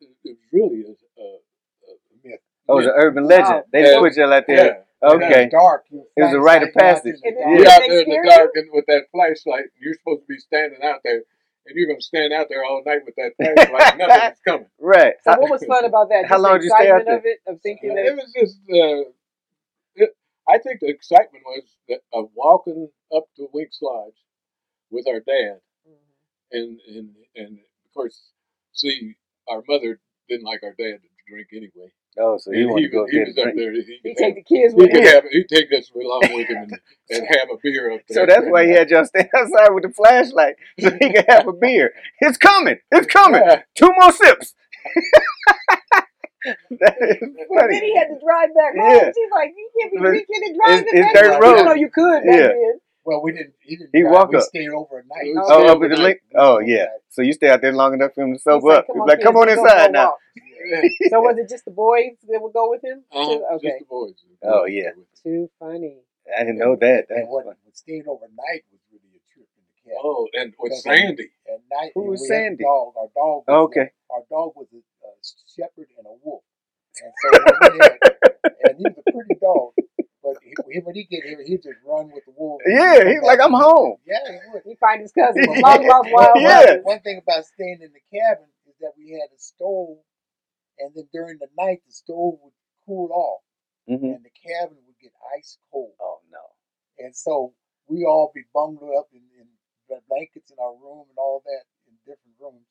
It it really is a, a myth.
Oh, it's an urban legend.
Oh.
They just
Uh,
put you out
Yeah,
there. Okay.
It's dark. you
It was a rite of
flashlight out
passage.
And
in the
then
you're
Yeah.
did
out
they
there in the
scare
dark
you?
and with that flashlight. And you're supposed to be standing out there, and you're gonna stand out there all night with that flashlight. and Nothing's coming.
Right.
So
How,
what was fun about that?
how
Just
long
the
did you stay out
excitement of it, of thinking
it
that
was just. Uh, it, I think the excitement was that of walking up to Wink's Lodge with our dad,
Mm-hmm.
and and and of course, see, our mother didn't like our dad to drink anyway.
Oh, so he
and
wanted
he
to go
was, he
get a
was up
drink.
there. He
he
could have,
take the kids
he
with
could
him.
have, he'd take us along with him and, and have a beer up
So
there.
that's why he had y'all stand outside with the flashlight so he could have a beer. It's coming. It's coming.
Yeah.
Two more sips. that is
But
funny.
then he had to drive back home.
Yeah.
She's like, you can't be
But
drinking and driving
it's
back
dirt
home.
road.
You know you could back
Yeah.
then.
Well, we didn't. He didn't.
He
drive.
walk
we
up.
stayed overnight.
We
Oh.
stayed
Oh, up at the link.
overnight.
We
Oh,
stayed
yeah.
overnight.
So you stay out there long enough for him to
He's
sober
like,
up.
come
He's
on,
like,
kids,
come on
let's go for
inside
a
now.
walk.
Yeah.
So was it just the boys that would go with him?
Um,
Uh-huh. Just
Okay,
the boys.
Oh, yeah.
too funny.
I didn't know that.
And
That's
what
funny.
staying overnight was really a trip in the cabin.
Oh, and with
Because
Sandy.
At night,
Who
and
was
we
Sandy?
had a dog. Our dog. Was
Okay.
A, our dog was a, a shepherd and a wolf. And so when we had, and he was a pretty dog. But he, he- when he get here, he just run with the wolves. and he'd
Yeah,
come
he's
back
like, I'm
and look.
home.
Yeah, he would.
He find his cousin, his
Well,
long lost wild
one- one-
Yeah.
brothers.
One thing about staying in the cabin is that we had a stove, and then during the night the stove would cool off,
hmm
and the cabin would get ice cold.
Oh no.
And so we all be bundled up in, in the blankets in our room and all that in different rooms.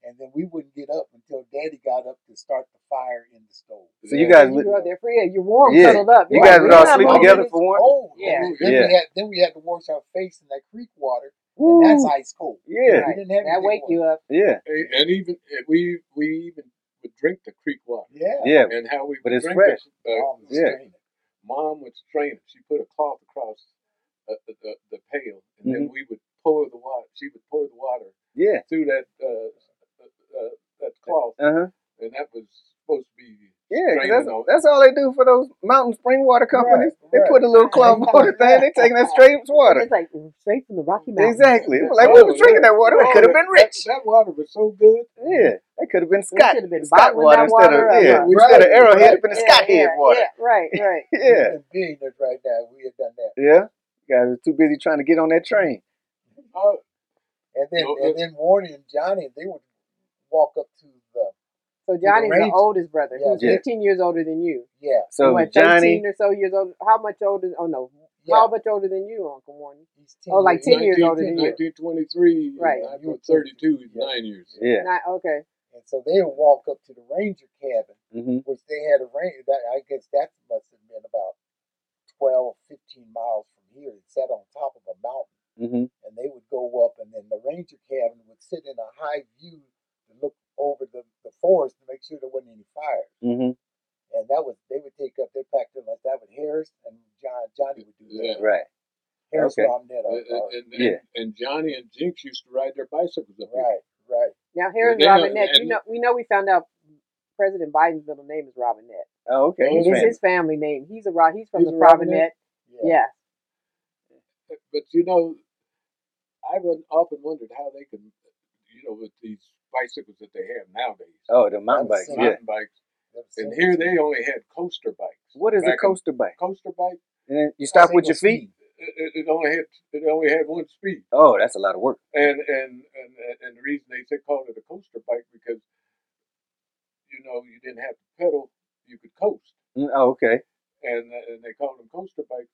And then we wouldn't get up until daddy got up to start the fire in the stove.
So you guys
you
would-
go out there free. You're warm,
Yeah.
cuddled up.
You
You're
guys
like,
would
"We're
all
not
sleep
moving.
together
It's
for one.
Oh,
Yeah.
And then,
Yeah.
we had then we had to wash our face in that creek water,
Ooh,
and that's ice cold.
Yeah,
We
right.
didn't have
that
anything
wake
on.
you up.
yeah,
And, and even and we we even would drink the creek water.
Yeah. Oh,
yeah.
And how we
But it's
drank
fresh.
that, uh,
Mom was
yeah.
training.
mom would strain it. She put a cloth across uh, the, the, the pail, and then
Mhm.
we would pour the water. She would pour the water
Yeah.
through that uh, uh, uh, that cloth,
Uh huh.
and that was supposed to be
Yeah, 'cause
Draining
that's,
all-
that's all they do for those mountain spring water companies.
Right,
they
right.
put a little clump
Right.
on the thing. They taking that straight
And
water.
it's like straight from the Rocky Mountains.
Exactly. It was like
Oh,
we was drinking that water.
oh,
We could have been
that-
rich.
That, water was so good. Eh,
Yeah, that could have been
We
Scott.
should have been
Scott
bottling
water
that
instead of
water up.
yeah
huh?
We
instead of
Right,
Arrowhead,
right.
it'd been the
yeah,
Scott
yeah,
head water.
yeah, right, right.
Yeah,
We'd been billionaires right now. We had done that.
yeah. Guys were too busy trying to get on that train.
Oh,
And then
Nope,
and
nope.
then Warren and Johnny they would walk up to the
So Johnny's the
range.
oldest brother,
Yeah.
who's
Yeah.
15 years older than you.
yeah.
So it
what,
was Johnny.
13 or so years old? How much older? Oh, no.
Yeah.
How much older than you, Uncle Warren?
He's
Oh, like 10 years
19
older than you.
1923.
Right.
I was 32. He's
Yeah.
nine years.
Yeah.
Not, okay.
And so they would walk up to the ranger cabin,
Mm-hmm.
which they had a ranger. That I guess that must have been about 12, 15 miles from here. It sat on top of a mountain,
Mm-hmm.
and they would go up, and then the ranger cabin would sit in a high view to look over the, the forest to make sure there wasn't any fires.
Mm-hmm.
And that was they would take up their pack their lunch. That would Harris and John Johnny would do
Yeah.
that.
Right.
Harris
Okay.
Romnett,
Uh,
our,
uh,
our,
And, and,
Yeah.
and Johnny and Jinx used to ride their bicycles up here.
right, right.
Now, here's
Now,
Robinette. You
and-
know, we know we found out President Biden's middle name is Robinette.
Oh, okay. His
It
Oh,
is
family.
his family name. He's a Ro- he's from
He's
the
a Robinette?
Providence. Yeah.
But, but, you know, I've on- often wondered how they can, you know, with these bicycles that they have nowadays,
Oh, the mountain bikes.
That was sick.
Yeah.
mountain bikes,
That was
and
so
here
much-
they only had coaster bikes.
What is a
Back in-
coaster bike?
coaster bike?
And then you stop with
single
your feet.
speed.
It, it- it only had it only had one speed,
Oh, that's a lot of work.
and and and, and the reason they said called it a coaster bike because you know you didn't have to pedal, you could coast.
Mm, Oh, okay.
and uh, and they called them coaster bikes.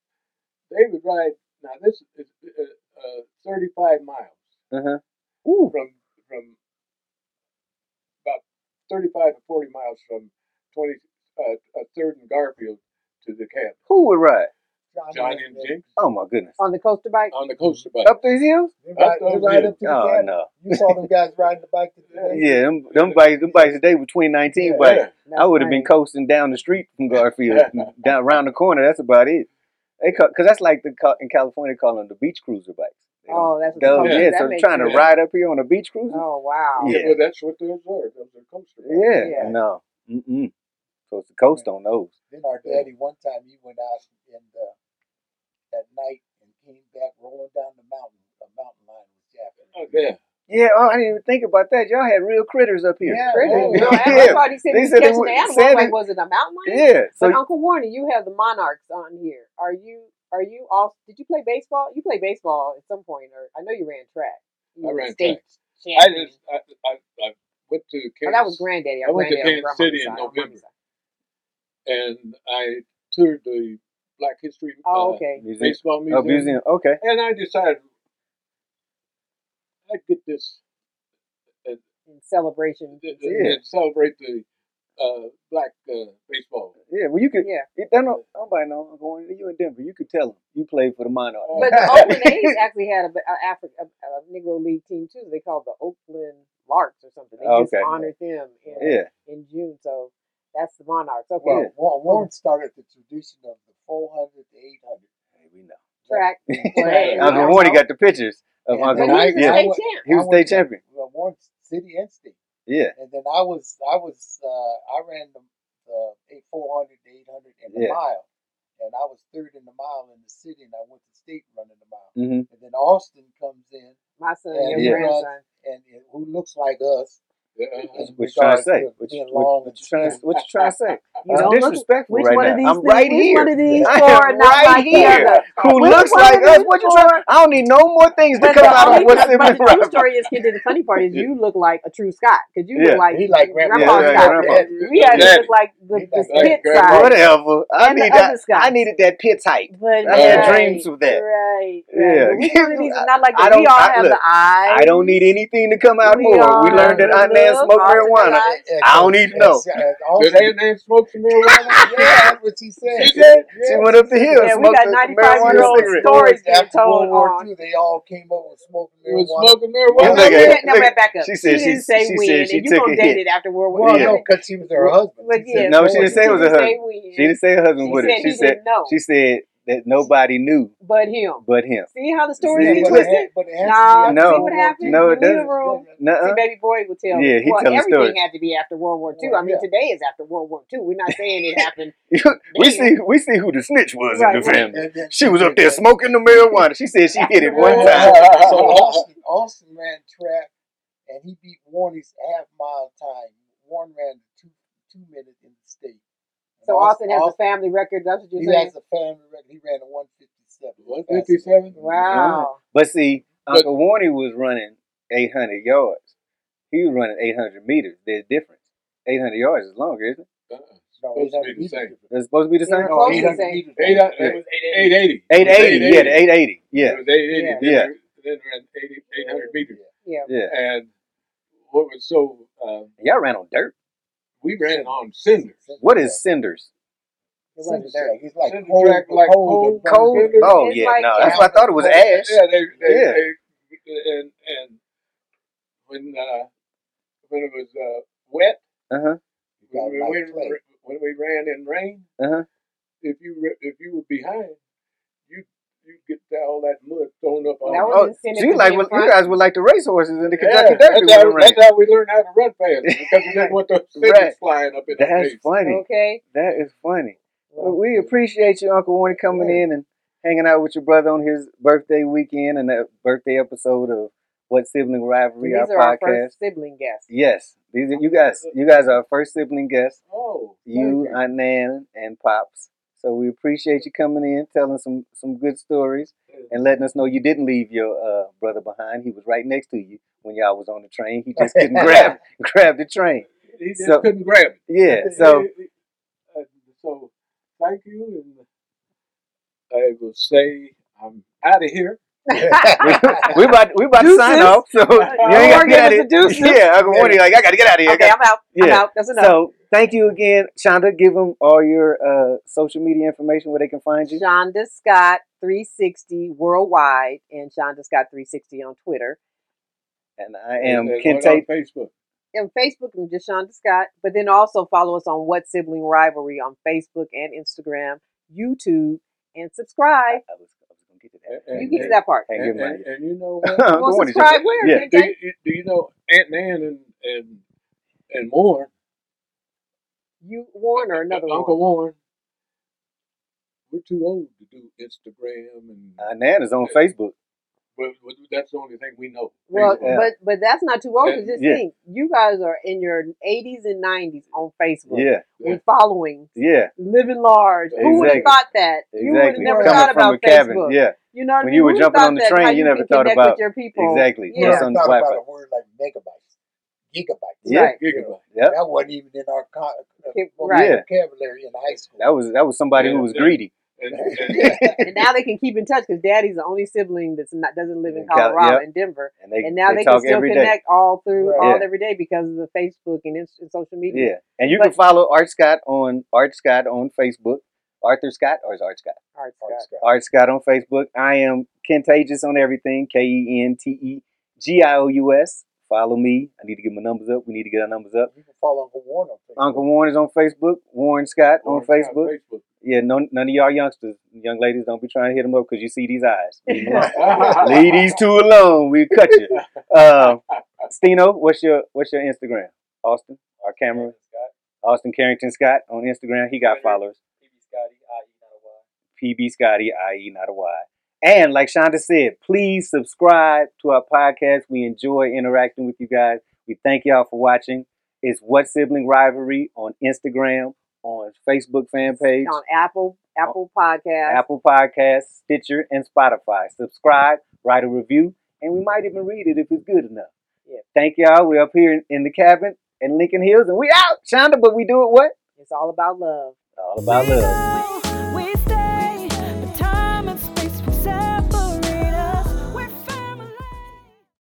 They would ride. Now this is uh, uh, 35 miles
Uh huh.
from from about 35 to 40 miles from 20 uh, uh, Third and Garfield to the cabin.
Who would ride?
Johnny and Jim
Oh my goodness.
On the coaster bike?
on the coaster bike.
Up these hills?
They ride,
those
they ride
hills.
up to the
Oh
cabin.
no.
You saw them guys riding the bike today.
Yeah, them, them bikes, them bikes today were 2019
Yeah.
bikes.
That's
I would have been
funny.
coasting down the street from Garfield, down around the corner. That's about it. They because that's like the ca- in California they call them the beach cruiser bikes. They don't-
Oh, that's what
those,
the
yeah.
coaster. That
So
makes
trying to
sense.
Yeah.
ride up here on a beach cruiser.
Oh, wow.
Yeah.
Well, that's what those are. Those are coaster bikes.
yeah,
Yeah.
no, mm-mm. supposed to coast on those.
Then our daddy one time he went out and uh, at night and came back rolling down the mountain. The mountain line was
Oh,
jacked.
yeah.
Yeah, oh, I didn't even think about that. Y'all had real critters up here.
Yeah,
Critters.
Oh,
you know,
yeah.
and that's why they said
They
he's
said it
catching
would-
the animal.
said
I'm like,
it-
was it a mountain lion?
Yeah, so
But Uncle Warner, you have the Monarchs on here. Are you are you all? Did you play baseball? You played baseball at some point, or I know you ran track. You
I
were
ran
state
I
champion.
just I, I, I went to Kansas.
Oh, that was granddaddy.
I
Our
went to
granddaddy on grandma's
Kansas City in
side, on
November.
mommy's side.
and I toured the Black History
Oh,
uh,
okay.
museum,
Baseball
oh, museum.
Museum,
Okay,
and I decided I'd get this
In celebration.
th- th-
Yeah.
and celebrate the uh, Black uh, baseball.
yeah. Well, you could.
Yeah,
It, they don't, nobody know. I'm going. You in Denver? You could tell them you played for the Monarchs.
Oh.
but the Oakland A's actually had a, a Africa a, a Negro League team too. They called the Oakland Larks or something. They
Oh,
just
okay.
honored them in,
yeah,
in June. So that's the Monarchs. Okay,
Well, Warren, Warren started the tradition of the 400 to 800.
Hey, we know.
track play.
Hey,
Uncle
I
Warren
don't know.
got the pictures of
And
Uncle
But
then
Warren.
he
I-
Yeah,
was a state
I went-
champ.
he
I
was
went
state
to-
champion.
Well, Warren City and State.
Yeah,
And then I was I was uh, I ran the, the eight four hundred to eight hundred in the
Yeah.
mile, and I was third in the mile in the city, and I went to state running the mile.
mm-hmm.
And then Austin comes in,
My son,
and
your
Yeah.
he runs,
grandson.
and, and who looks like us
Uh,
in
What you trying to
regards
say?
to
What you,
being
what,
long
what
and
you trying?
skinny.
What you trying to say? He's
Don't look-
disrespectful
which
right
one
now.
of these
I'm
things-
right
which
here.
one of these
I
four
am
are not
right
like the
here.
other?
Who
Which
looks
one
like
of
us?
these
What you
four-
trying? I don't need no more things to
But
come
the
out of
only
what's
but,
in
but
my
the true
right
story is, kid, that the funny part is you look like a true Scot because you
Yeah.
look like
He like grandpa.
Yeah,
Grandpa
yeah,
Scott.
grandpa.
We had to look
Daddy.
like the, the
He like that.
pit
Grandpa.
side.
Whatever. I
And the
need
other
that.
Scots.
I needed that pit height.
But
I had
Yeah.
right,
dreams of that.
right, right.
Yeah.
But which one of these is not like
I
that? We
don't.
all
I,
have
look.
the eyes.
I don't need anything to come out
We
more. We
all have
learned that
the
Aunt Nan
look,
smoked marijuana.
articulate.
I don't need to know.
Did Aunt Nan smoke some marijuana?
Yeah, that's what she said.
She did?
She
Yeah,
went up the
said
hill,
that.
Yeah, we
smoked
got
a
95 year
marijuana
Those
old
cigarette.
stories being
after World
told
War
on.
II, they all came up with smoking
She was
marijuana.
smoking
Look
Well,
marijuana.
no,
at
we
it.
didn't. No,
Look,
wait, back up.
she
She
said she
didn't say
she said
when,
she
and you
took
gonna
a
date
hit.
it after World War
Well,
Yeah.
no,
One.
because she was her husband.
But
She
yeah,
said
No,
no
she
one
didn't
but
say
she
it was
knew.
her husband. She
didn't say when.
didn't say her husband
She
with it.
said
She
he
said
didn't know,
she said that nobody knew
but him.
but him.
See how the stories
See,
Yeah,
get
look,
twisted?
but it had, but it has to be
No,
no,
see what
after World War II.
happened?
no,
The
it
little
doesn't.
Yeah,
room.
yeah.
See,
Nuh-uh.
baby boy would tell me.
uh, Yeah, he
Well,
telling
everything
stories.
had to be after World War II.
Well,
I mean,
yeah.
today is after World War II. We're not saying it happened
we
then.
see we see who the snitch was
Right,
in the
right.
family.
And then
She
she
was up
did
there
that.
smoking the marijuana. She said she hit
After
it
World
one
War
time.
II.
So Austin, Austin ran track, and he beat Warney's half mile time. Warren ran two two minutes in the state. And
So
Austin,
Austin has a family record. That's what you're
he
saying?
has a family record. He ran a one fifty
157?
seven.
Right.
Wow.
But see,
But-
Uncle Warney was running 800 yards. He was running 800 meters. There's a difference. 800 yards is longer, isn't it?
Uh-uh.
No,
Supposed to
eight
be the
hundred meters.
same.
different.
It's supposed to be the
They
same.
were
No,
close
eight
to
hundred
saying.
meters.
Eight,
different.
uh,
Yeah.
it was 880. It
880. Yeah, the
was 880.
880. Yeah,
It was 880.
Yeah.
Then
Yeah.
there, then around 80, 800 meters.
Yeah.
yeah.
And what was so, um,
Y'all ran on dirt.
we ran
Cinder-
on cinders.
cinder
What
track.
is cinders?
It
Cinder
wasn't dirt.
track. It's like
Cinder
coal,
track, like
coal
coal,
that burns
Cold?
in
cinder.
Oh,
It's
yeah,
like
no. That's
yeah.
what I thought it was
Down
Yeah,
ash.
they, they,
Yeah.
they and, and when, uh, when it was, uh, wet,
Uh huh.
You
when
got
we,
like clay.
when, when we ran in rain,
Uh huh.
if you, re- if you were behind, you, you get that, all that mud thrown up on
That
you.
was
Oh,
incentive
so you
to
like
be in
you
front.
guys were like the racehorses in the Oh, Kentucky
Yeah,
Derby
that's
when it
how,
rained.
that's how we learned how to run fast because we
Right.
didn't want those cinders
Right.
flying up in our
That's
face.
funny.
Okay.
That is funny. Well,
Well,
we appreciate you, Uncle Warnie, coming
Yeah.
in and hanging out with your brother on his birthday weekend and that birthday episode of What Sibling
and
Rivalry, our
these are our
podcast.
first sibling guests.
Yes, these are, you guys. You guys are our first sibling guests.
Oh, thank
You,
you.
Aunt Nan, and Pops. So we appreciate you coming in, telling some some good stories, and letting us know you didn't leave your uh, brother behind. He was right next to you when y'all was on the train. He just couldn't grab grab the train.
He just
So
couldn't grab it.
yeah, so
Uh, so, thank you, and I will say I'm out of here.
we we about we about to sign
Deuces.
off, so you ain't got to get
Warren gave
out
us
of
the deuces.
here. Yeah, Uncle Warnie, like I got to get out of here. I
Okay,
gotta-
I'm out. I'm
yeah.
out. That's enough.
So thank you again, Shonda. Give them all your uh, social media information where they can find you.
Shonda Scott 360 worldwide and Shonda Scott 360 on Twitter.
And I
And,
am
and
Ken
what on
Tate.
Facebook?
And Facebook, I'm just Shonda Scott. But then also follow us on What Sibling Rivalry on Facebook and Instagram, YouTube, and subscribe.
I was, I was gonna get to
And,
that.
You
and,
get to that part.
Hey,
and,
good
and,
mind.
and you know
you.
what?
You
Uncle
gonna
Warnie just
subscribe where,
yeah.
Ken
Do
Tate?
you, do you know Aunt Nan and and and Warren,
You Warren or another
Uncle
Warren?
Warren? We're too old to do Instagram and.
Uh, Nan is on Facebook.
Well, well, that's the only thing we know.
Well,
Facebook.
Yeah.
but but that's not too old. 'cause
And-
Just
Yeah.
think, you guys are in your 80s and 90s on Facebook
Yeah,
with following,
yeah.
living large. Who would have
Exactly.
thought that? You would have
Exactly.
never
Well,
Coming
thought
from a
about
cabin.
Facebook.
Yeah.
You know what I
When
mean?
you were
Who would have
jumping
thought
on the
that? How
train, you
you
never
can
thought
connect with
about
your people?
exactly what's
Who
Yeah,
ever
on the
thought
Wi Fi.
about a word like megabytes, gigabytes?
Yeah.
right.
Gigabyte.
You know,
Yep.
that wasn't even in our con- uh,
Okay, right.
Yeah.
vocabulary in high school.
That was that was somebody who was
Yeah.
greedy.
And, and,
yeah.
And now they can keep in touch because Daddy's the only sibling that's not doesn't live in
In Cal-
Colorado
yep.
and Denver,
And they
and now
they
they can
talk
still
every day.
connect all through
Right.
all
Yeah.
every day because of the Facebook and, Inst- and social media.
Yeah. And you
But
can follow Art Scott on Art Scott on Facebook. Arthur Scott or is Art Scott?
all right,
Art
Scott.
Scott.
Art Scott on Facebook. I am Kentagious on everything. K E N T E G I O U S. Follow me. I need to get my numbers up. We need to get our numbers up.
You can follow Uncle Warren on Facebook.
Uncle Warren is on Facebook. Warren Scott
Warren
on
Scott,
Facebook. Yeah, no, none of y'all youngsters, young ladies, don't be trying to hit them up because you see these eyes. Leave 'em alone.
Facebook.
Leave these two alone. We cut you. Uh, Stino, what's your what's your Instagram? Austin, our camera. Austin Carrington Scott on Instagram. He got followers.
E
PB Scotty, i.e. not a Y. And like Shonda said, please subscribe to our podcast. We enjoy interacting with you guys. We thank y'all for watching. It's What Sibling Rivalry on Instagram, on Facebook fan page,
on Apple Apple Podcast.
Apple Podcasts, Stitcher, and Spotify. Subscribe, write a review, and we might even read it if it's good enough.
Yeah.
Thank y'all. We're up here in, in the cabin in Lincoln Hills, and we out, Shonda, but we do it what?
It's all about love.
All about love.